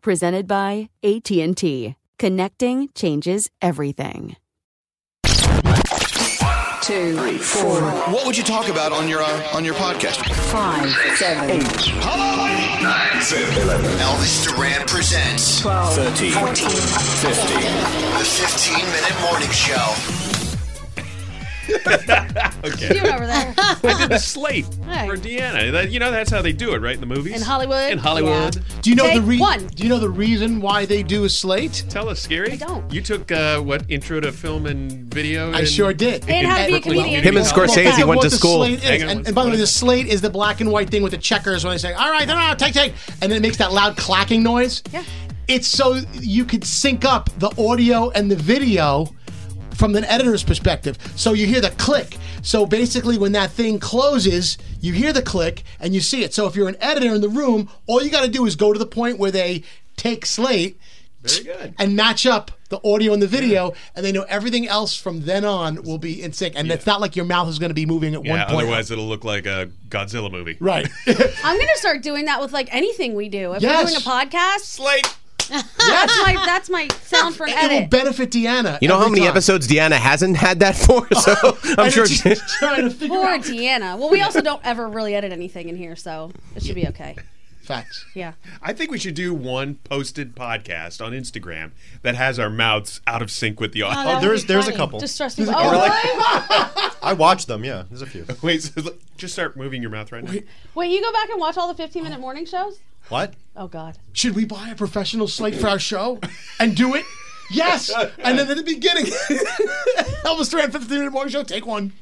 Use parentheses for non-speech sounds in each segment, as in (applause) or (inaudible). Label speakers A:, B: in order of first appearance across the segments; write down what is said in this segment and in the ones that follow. A: presented by AT&T. Connecting changes everything.
B: Two, three, four.
C: What would you talk about on your uh, on your podcast?
B: Five, Six, seven, eight,
C: hello, nine, seven, eleven. Elvis Duran presents
B: 12, 13, 14, 15.
C: The 15 minute morning show.
D: okay. You over there.
E: (laughs)
D: I
E: did the slate right. (laughs) for Deanna. That, you know that's how they do it, right? In the movies.
D: In Hollywood.
E: In Hollywood.
F: Yeah. Do you know Take the reason? Do you know the reason why they do a slate?
E: Tell us, Scary.
D: I don't.
E: You took uh, what intro to film and video? And,
F: I sure did.
D: And, and how to be a comedian.
G: Him and Scorsese well, went to school.
F: And, and, by the way, the slate is the black and white thing with the checkers when they say, "All right, no, no, take, take," and then it makes that loud clacking noise.
D: Yeah.
F: It's so you could sync up the audio and the video from an editor's perspective. So you hear the click. So basically, when that thing closes, you hear the click and you see it. So if you're an editor in the room, all you got to do is go to the point where they take slate and match up the audio and the video, yeah. and they know everything else from then on will be in sync. And yeah. it's not like your mouth is going to be moving at
E: yeah,
F: one point.
E: Otherwise, it'll look like a Godzilla movie.
F: (laughs) Right.
D: I'm going to start doing that with like anything we do. If yes. we're doing a podcast,
E: slate.
D: Yes. (laughs) that's my that's my sound
F: (laughs)
D: for an edit.
F: It will benefit Deanna. (laughs)
G: You know how many time. episodes Deanna hasn't had that for, (laughs) so I'm sure.
D: She's trying to
F: (laughs)
D: figure Poor out. Deanna. Well, we also don't ever really edit anything in here, so it should be okay.
F: Facts.
D: Yeah.
E: I think we should do one posted podcast on Instagram that has our mouths out of sync with the audio.
H: Oh, there's there's funny. a couple.
D: Distress me. Oh, really?
E: (laughs)
H: I watched them. Yeah, there's a few.
E: Wait, so look, just start moving your mouth right now.
D: Wait. Wait, you go back and watch all the 15 minute morning shows?
H: What?
D: Oh God.
F: Should we buy a professional slate for our show and do it? Yes. and then at the beginning, (laughs) Elvis Duran, 15 minute morning show, take one.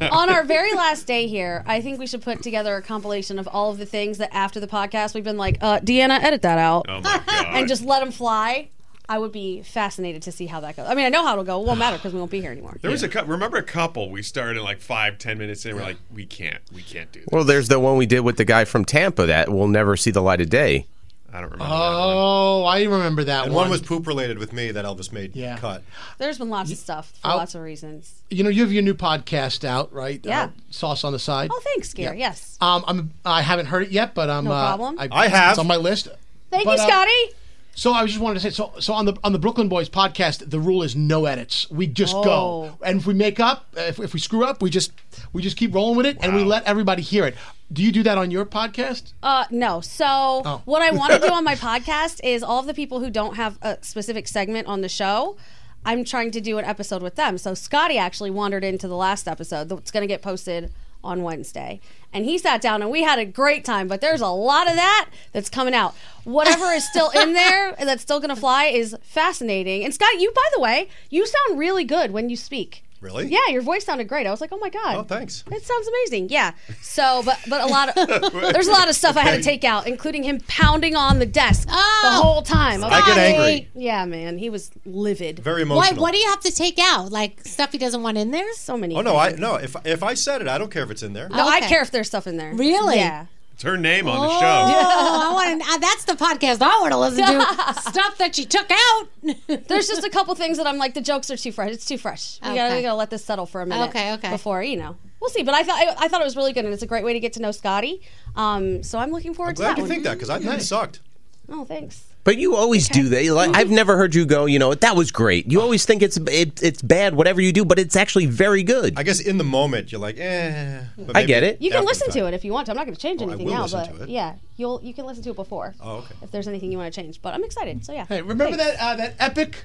D: On our very last day here, I think we should put together a compilation of all of the things that after the podcast we've been like, uh, Deanna, edit that out.
E: Oh my God.
D: and just let them fly. I would be fascinated to see how that goes. I mean, I know how it'll go. It won't matter because we won't be here anymore.
E: There was a couple. Remember a couple? We started like five, ten minutes in. We're like, we can't, we can't do. This.
G: Well, there's the one we did with the guy from Tampa that will never see the light of day.
E: I don't remember.
F: Oh, I remember that
H: and
F: one.
H: one was poop related with me that Elvis made yeah. cut.
D: There's been lots of stuff for I'll, lots of reasons.
F: You know, you have your new podcast out, right?
D: Yeah. Uh,
F: Sauce on the side.
D: Oh, thanks, Gary. Yeah. Yes.
F: Um, I'm. I haven't heard it yet, but um,
D: no problem.
F: Uh, I,
H: I, have.
F: It's on my list.
D: Thank but, you, Scotty. Uh,
F: so I just wanted to say, so so on the on the Brooklyn Boys podcast, the rule is no edits. We just oh. go, and if we make up, if, if we screw up, we just we just keep rolling with it, wow. and we let everybody hear it. Do you do that on your podcast?
D: Uh, no. So oh. what I want to do on my podcast is all of the people who don't have a specific segment on the show. I'm trying to do an episode with them. So Scotty actually wandered into the last episode that's going to get posted on Wednesday. And he sat down and we had a great time, but there's a lot of that that's coming out. Whatever is still in there and that's still going to fly is fascinating. And Scott, you, by the way, you sound really good when you speak.
H: Really?
D: Yeah, your voice sounded great. I was like, oh my God.
H: Oh, thanks.
D: It sounds amazing. Yeah. So, but but a lot
H: (laughs)
D: of there's a lot of stuff I had to take out, including him pounding on the desk the
I: Oh.
D: whole time.
H: I get angry.
D: Yeah, man, he was livid.
H: Very emotional.
I: Why, what do you have to take out? Like stuff he doesn't want in there? So
D: many.
H: Oh no, I no. If if I said it, I don't care if it's in there.
D: No, I care if there's stuff in there.
I: Really?
D: Yeah.
E: It's her name on
I: (laughs) Oh,
E: the show.
I: I want to, that's the podcast I want to listen to. Stuff that she took out.
D: (laughs) There's just a couple things that I'm like, the jokes are too fresh. It's too fresh. We gotta,
I: Okay.
D: we gotta let this settle for a minute.
I: Okay, okay.
D: Before you know, we'll see. But I thought I, I thought it was really good, and it's a great way to get to know Scotty. Um, so I'm looking forward
H: I'm
D: to
H: glad
D: that.
H: you think that because I think it sucked.
D: Oh, thanks.
G: But you always do that. Like, I've never heard you go. You know, that was great. You always think it's it, it's bad, whatever you do, but it's actually very good.
H: I guess in the moment you're like, eh.
G: I get it.
D: You can listen to it if you want to. I'm not going to change anything
H: Oh, will
D: now,
H: listen
D: but
H: to it.
D: yeah, you'll you can listen to it before.
H: Oh, okay.
D: If there's anything you want to change, but I'm excited. So yeah.
F: Hey, remember that uh, that epic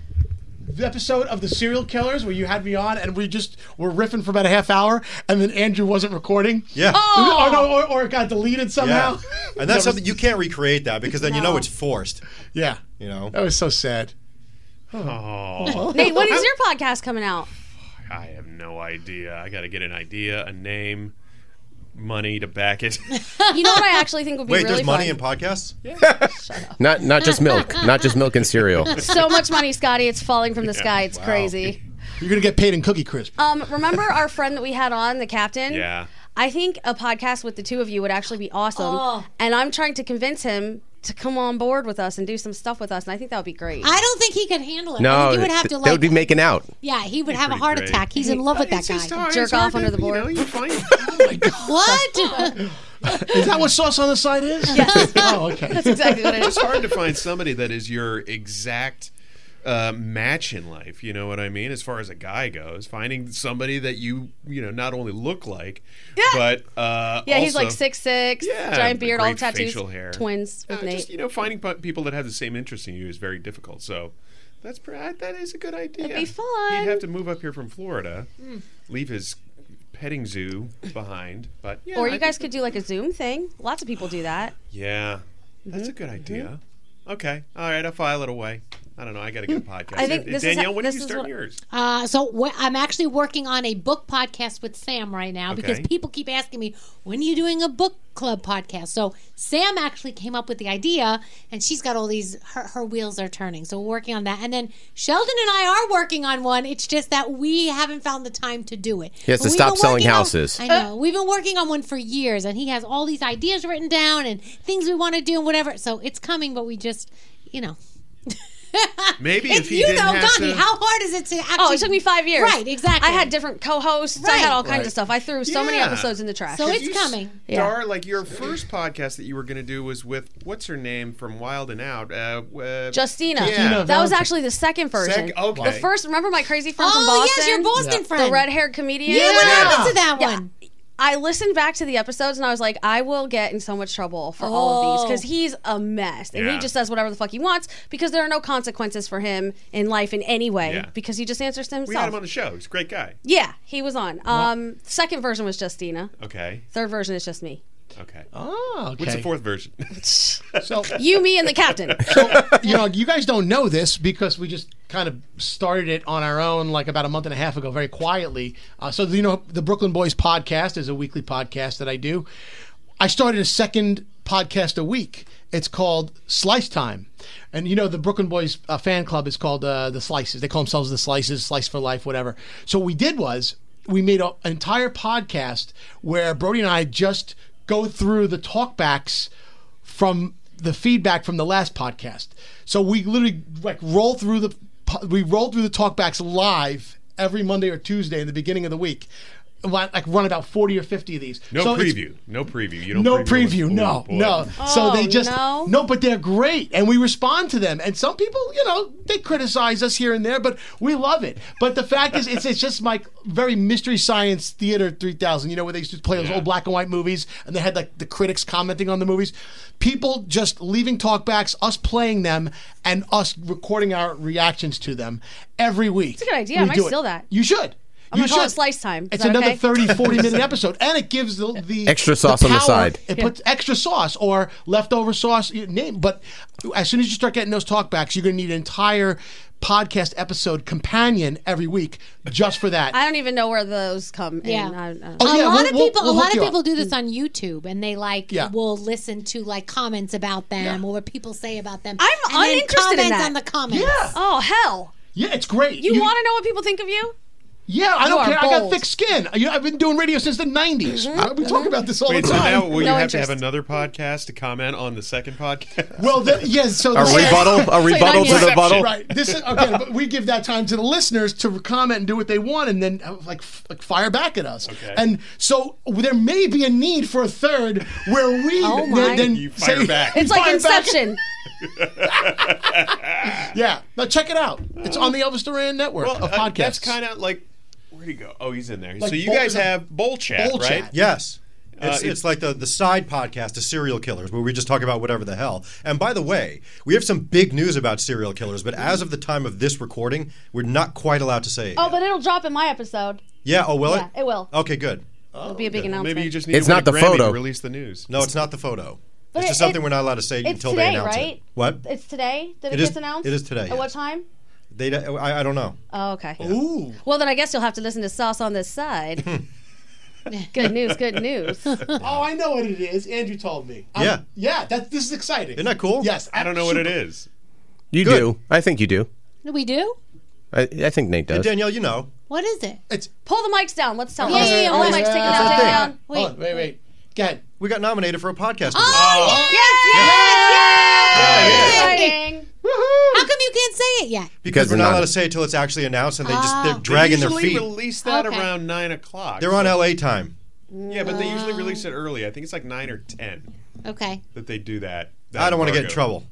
F: episode of the serial killers where you had me on and we just were riffing for about a half hour and then Andrew wasn't recording?
H: Yeah.
F: Oh, no, or, or it got deleted somehow. (laughs)
H: And that's something you can't recreate that because then you know
F: No.
H: it's forced.
F: Yeah.
H: You know.
F: That was so sad.
E: Oh.
D: Nate, when
H: (laughs)
D: is your podcast coming out?
E: I have no idea. I got to get an idea, a name, money to back
H: (laughs)
E: it.
D: You know what I actually think would be
E: Wait,
D: really
E: there's money
D: fun?
E: in
H: podcasts?
G: Not not (laughs) just milk, not just milk and (laughs) cereal.
D: so much money, Scotty. It's falling from the
G: Yeah,
D: sky. It's
G: wow.
D: crazy.
F: You're going to get paid in Cookie Crisp.
D: Um, remember our friend that we had on, the captain?
F: Yeah.
D: I think a podcast with the two of you would actually be awesome.
I: Oh.
D: And I'm trying to convince him to come on board with us and do some stuff with us. And I think that would be great.
I: I don't think he could handle it. I
G: No,
I: think he would have
G: th-
I: to
G: they
I: like.
G: would be making out.
I: yeah, he would have a
G: pretty
I: heart
G: great.
I: attack. He's in love with that
D: just
I: guy.
D: hard- Jerk it's hard off to- under the you know, board. you're (laughs)
E: Oh,
I: what?
F: (laughs) Is that what sauce on the side is? Yes. (laughs) oh, okay.
E: That's
D: exactly what it
E: It's hard to find somebody that is your exact uh, match in life. You know what I mean? As far as a guy goes, finding somebody that you you know not only look like, but uh,
D: yeah, he's
E: also-
D: like six six,
E: Yeah,
D: giant beard, all the
E: great
D: tattoos,
E: facial hair.
D: twins
I: Oh,
D: with
E: Uh,
D: Nate.
E: just, you know, finding pu- people that have the same interest in you is very difficult. So that's pre- I- that is a good idea.
D: It'd be fun.
E: He'd have to move up here from Florida,
D: Mm.
E: leave his petting zoo behind. But yeah,
D: or
E: I
D: you
E: think
D: guys
E: that-
D: could do like a Zoom thing. Lots of people do that.
E: Yeah, that's a good idea. Okay, all right, I'll file it away. I don't know. I got to get a podcast.
I: I think this is
E: Danielle,
I: how-
E: when
I: this
E: did you
I: is
E: start
I: what-
E: yours?
I: Uh, so wh- I'm actually working on a book podcast with Sam right now because
E: Okay.
I: people keep asking me when are you doing a book club podcast. So Sam actually came up with the idea, and she's got all these her, her wheels are turning. So we're working on that, and then Sheldon and I are working on one. It's just that we haven't found the time to do it.
G: He has
I: But
G: to
I: we've
G: stop
I: been
G: selling
I: working on-
G: houses.
I: I know we've been working on one for years, and he has all these ideas written down and things we want to do and whatever. So it's coming, but we just you know.
E: Maybe if he
I: you
E: didn't
I: know,
E: have
I: Donnie,
E: to-
I: how hard is it to actually?
D: Oh, it took me five years.
I: Right, exactly.
D: I had different co-hosts. I had all kinds
E: Right.
D: of stuff. I threw so many
E: Yeah.
D: episodes in the trash.
I: So it's coming.
E: Dar, like your first podcast that you were going to do was with what's her name from Wild and Out, uh, uh,
D: Justina.
E: Yeah.
D: That was actually the second version.
E: Sec- okay.
D: The first, remember my crazy friend from
I: Oh,
D: Boston?
I: yes, your Boston Yeah. friend.
D: The red haired comedian.
I: Yeah, what Yeah. happened to that one?
D: I listened back to the episodes and I was like, I will get in so much trouble for all of
I: Oh.
D: these because he's a mess and
I: Yeah.
D: he just does whatever the fuck he wants because there are no consequences for him in life in any way
E: Yeah.
D: because he just answers to himself.
E: We had him on the show. He's a great guy.
D: yeah, he was on. Um, second version was Justina.
E: Okay.
D: Third version is just me.
E: Okay.
F: Oh,
E: What's
F: okay.
E: the fourth version?
F: so
D: You, me, and the
E: (laughs)
D: captain.
F: (laughs) you know, you guys don't know this because we just kind of started it on our own like about a month and a half ago, very quietly. Uh, so, you know, the Brooklyn Boys podcast is a weekly podcast that I do. I started a second podcast a week. It's called Slice Time. And you know, the Brooklyn Boys uh, fan club is called uh, The Slices. They call themselves The Slices, Slice for Life, whatever. So, what we did was we made a, an entire podcast where Brody and I just go through the talkbacks from the feedback from the last podcast. So we literally like roll through the po- we roll through the talkbacks live every Monday or Tuesday in the beginning of the week. Like like run about forty or fifty of these.
E: No
F: So it's-
E: preview. No preview. You don't.
F: No
E: preview.
F: preview,
E: what's-
F: no,
E: oh, boy.
F: no. so they
D: Oh,
F: just
D: no?
F: but they're great, and we respond to them. And some people, you know, they criticize us here and there, but we love it. But the fact is, it's it's just like very mystery science theater three thousand. You know, where they used to play those old black and white movies, and they had like the critics commenting on the movies. People just leaving talkbacks, us playing them, and us recording our reactions to them every week.
D: It's a good idea.
F: We
D: I might
F: do it.
D: steal that.
F: You should.
D: I'm
F: You
D: gonna call it
F: should.
D: slice time. Is
F: It's
D: that
F: another
D: okay?
F: 30,
I: (laughs)
F: 40 minute episode. And it gives the, the
G: Extra sauce on the
F: power-
G: side.
F: It
G: Yeah.
F: puts extra sauce or leftover sauce, you name. But as soon as you start getting those talkbacks, you're going to need an entire podcast episode companion every week just for that.
D: I don't even know where those come
I: Yeah.
D: in. I, uh, I don't-
F: Oh,
I: a
F: yeah,
I: lot
F: we'll-
I: of
F: we'll-
I: people,
F: we'll
I: a lot
F: hook
I: of
F: you
I: people
F: up.
I: do this on YouTube, and they like
F: Yeah.
I: will listen to like comments about them or what people say about them.
D: I'm
I: and then
D: uninterested in
I: comment
D: that.
I: on the comments.
D: Yeah. Oh hell.
F: Yeah, it's great.
D: You, want to know what people think of you?
F: Yeah, I
D: You
F: don't
D: are
F: care. I got
D: bold.
F: thick skin. You know, I've been doing radio since the 90s.
I: Mm-hmm.
F: We talk about this all
E: Wait,
F: the
E: so
F: time.
E: now will you have to have another podcast to comment on the second podcast?
F: Well, the, yes. So
E: A
F: this-
E: rebuttal? A It's rebuttal like to the onion. bottle?
F: Right. This is okay. But we give that time to the listeners to comment and do what they want, and then uh, like f- like fire back at us.
E: Okay.
F: And so there may be a need for a third where we
D: Oh
F: then-
D: my.
F: then
D: You
E: fire
F: say-
E: back.
D: It's like
F: Fire back.
E: (laughs)
D: Inception.
F: Yeah. Now check it out. It's on the Elvis Duran Network
E: Well,
F: of
E: uh,
F: podcasts.
E: that's kind of like where'd he go? Oh, he's in there.
F: Like
E: so you
F: bowl-
E: guys have bowl chat,
F: bowl
E: right?
F: chat.
H: Yes.
E: Uh,
H: It's,
E: it-
H: it's like the, the side podcast to serial killers where we just talk about whatever the hell. And by the way, we have some big news about serial killers, but as of the time of this recording, we're not quite allowed to say it.
D: Oh, but it'll drop in my episode.
H: yeah, oh, will
D: yeah,
H: it?
D: it will.
H: Okay, good.
D: It'll be a big
E: Good. Well,
D: announcement.
E: Maybe you just need
H: It's
E: to win
H: not
E: a
H: the
E: Grammy
H: photo.
E: to release the news.
H: No, it's not the photo.
D: But
H: it's
D: it-
H: just something
D: it-
H: we're not allowed to say
D: it's
H: until
D: today,
H: they announce
D: right?
H: it. What?
D: It's today that it,
H: It is-
D: gets announced.
H: it is today,
D: At
H: yes.
D: what time?
H: They, I, I don't know.
D: Oh, okay.
F: Ooh.
D: Well, then I guess you'll have to listen to Sauce on this side.
H: Hmm.
D: (laughs) good news. Good (laughs) news.
F: oh, I know what it is. Andrew told me.
D: Oh.
G: Yeah.
F: Yeah. That this is exciting.
G: Isn't that cool?
F: Yes.
E: I don't know what it
F: super-
E: is.
G: You do. I think you do.
I: We do.
G: I, I think Nate does.
H: Danielle, you know.
I: What is it?
F: It's
D: Pull the mics down. Let's tell (laughs)
I: Yeah,
D: them.
I: yeah, yeah,
D: All the
I: wait.
D: mics, take it
H: It's
D: down,
H: a
D: take it
H: thing.
D: down.
H: Wait.
F: Hold on, wait, wait. Go ahead.
H: We got nominated for a podcast.
I: Oh,
H: award.
I: Exciting. How come you can't say it yet?
H: Because
G: they're
H: we're not
G: not-
H: allowed to say it till it's actually announced, and they just they're
I: Oh.
H: dragging
E: they
H: their
E: usually
H: feet.
E: release that
I: Okay.
E: around nine o'clock.
H: They're on LA time.
E: Yeah, but they usually release it early. I think it's like nine or ten
I: Okay.
E: that they do that.
H: I don't want to get in
E: embargo.
H: trouble.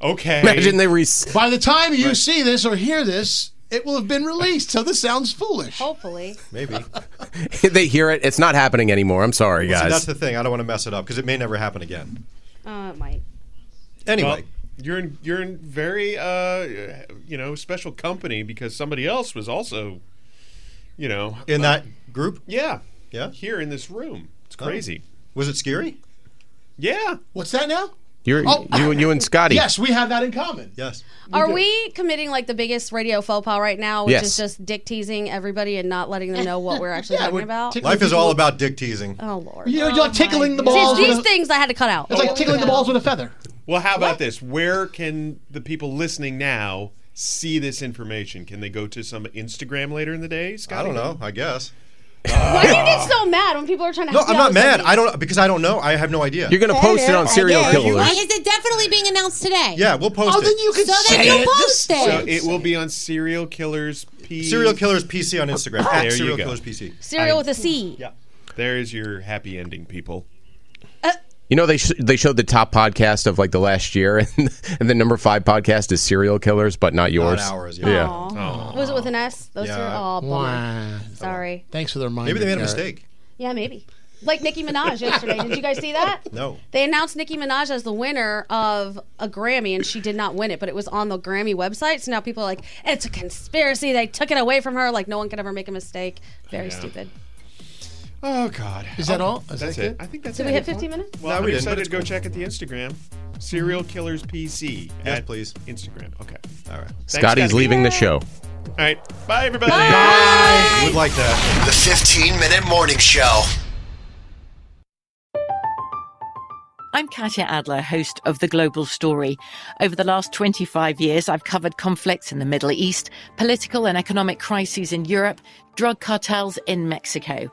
E: Okay.
G: Imagine they res-
F: By the time you see this or hear this, it will have been released. So this sounds foolish.
D: Hopefully.
H: Maybe.
G: (laughs) they hear it. It's not happening anymore. I'm sorry,
H: See,
G: guys.
H: that's the thing. I don't want to mess it up because it may never happen again.
D: Uh, it might.
H: Anyway.
E: Well, (laughs) you're in you're in very uh you know special company because somebody else was also you know
H: In that group?
E: Yeah.
H: Yeah.
E: Here in this room. It's
H: Oh.
E: crazy.
H: Was it scary?
E: Yeah.
F: What's that now?
G: You're,
F: Oh.
G: you, you
I: (laughs)
G: and Scotty.
F: Yes, we have that in common.
H: Yes.
D: Are we committing like the biggest radio faux pas right now, which
G: Yes.
D: is just dick teasing everybody and not letting them know
H: (laughs)
D: what we're actually talking about?
H: Life is all about dick teasing.
D: Oh lord.
F: You know, you're tickling the
D: See, it's
F: balls.
D: these
F: with a-
D: things I had to cut out.
F: it's like tickling the balls with a feather.
E: Well, how about this? Where can the people listening now see this information? Can they go to some Instagram later in the day, Scott?
H: I don't know. I guess.
D: Why do you get so mad when people are trying to?
H: No,
D: help you
H: I'm
D: out
H: not
D: with
H: mad.
D: something?
H: I don't because I don't know. I have no idea.
G: You're gonna post it on Serial
I: Wait,
G: Killers.
I: is it definitely being announced today?
H: Yeah, we'll post
F: Oh,
H: it.
I: so then you post
E: So
I: it.
E: it will be on Serial Killers P.
H: Serial Killers PC on Instagram.
E: There
H: at
E: you
H: Serial
E: go.
H: Killers PC.
D: Cereal with a C.
H: Yeah.
E: There is your happy ending, people.
G: You know they sh- they showed the top podcast of like the last year, (laughs) and, and the number five podcast is Serial Killers, but not yours.
H: ours,
G: yeah.
D: Was it with an S? Those Oh,
G: Yeah.
D: are all.
F: Wow.
D: Sorry.
F: Thanks for the reminder.
H: Maybe they made a
F: Garrett.
H: mistake.
D: Yeah, maybe. Like Nicki Minaj yesterday. Did you guys see that? (laughs)
H: No.
D: They announced Nicki Minaj as the winner of a Grammy, and she did not win it, but it was on the Grammy website. So now people are like, "It's a conspiracy. They took it away from her. Like no one could ever make a mistake. Very
E: Yeah.
D: stupid."
E: Oh God.
F: Is that all? Is
E: That's
F: that
E: it.
F: good?
E: I think that's
D: Did
E: it.
D: we hit 15 minutes?
E: Well,
H: No,
E: I'm
H: we didn't, but
E: excited
H: it's
E: to go check out the Instagram. Serial Killers PC.
H: Yes,
E: at
H: please.
E: Instagram. Okay.
H: All right.
G: Scotty's leaving the show.
E: All right. Bye, everybody.
H: Would like that.
C: The 15 Minute Morning Show.
J: I'm Katya Adler, host of The Global Story. Over the last 25 years, I've covered conflicts in the Middle East, political and economic crises in Europe, drug cartels in Mexico.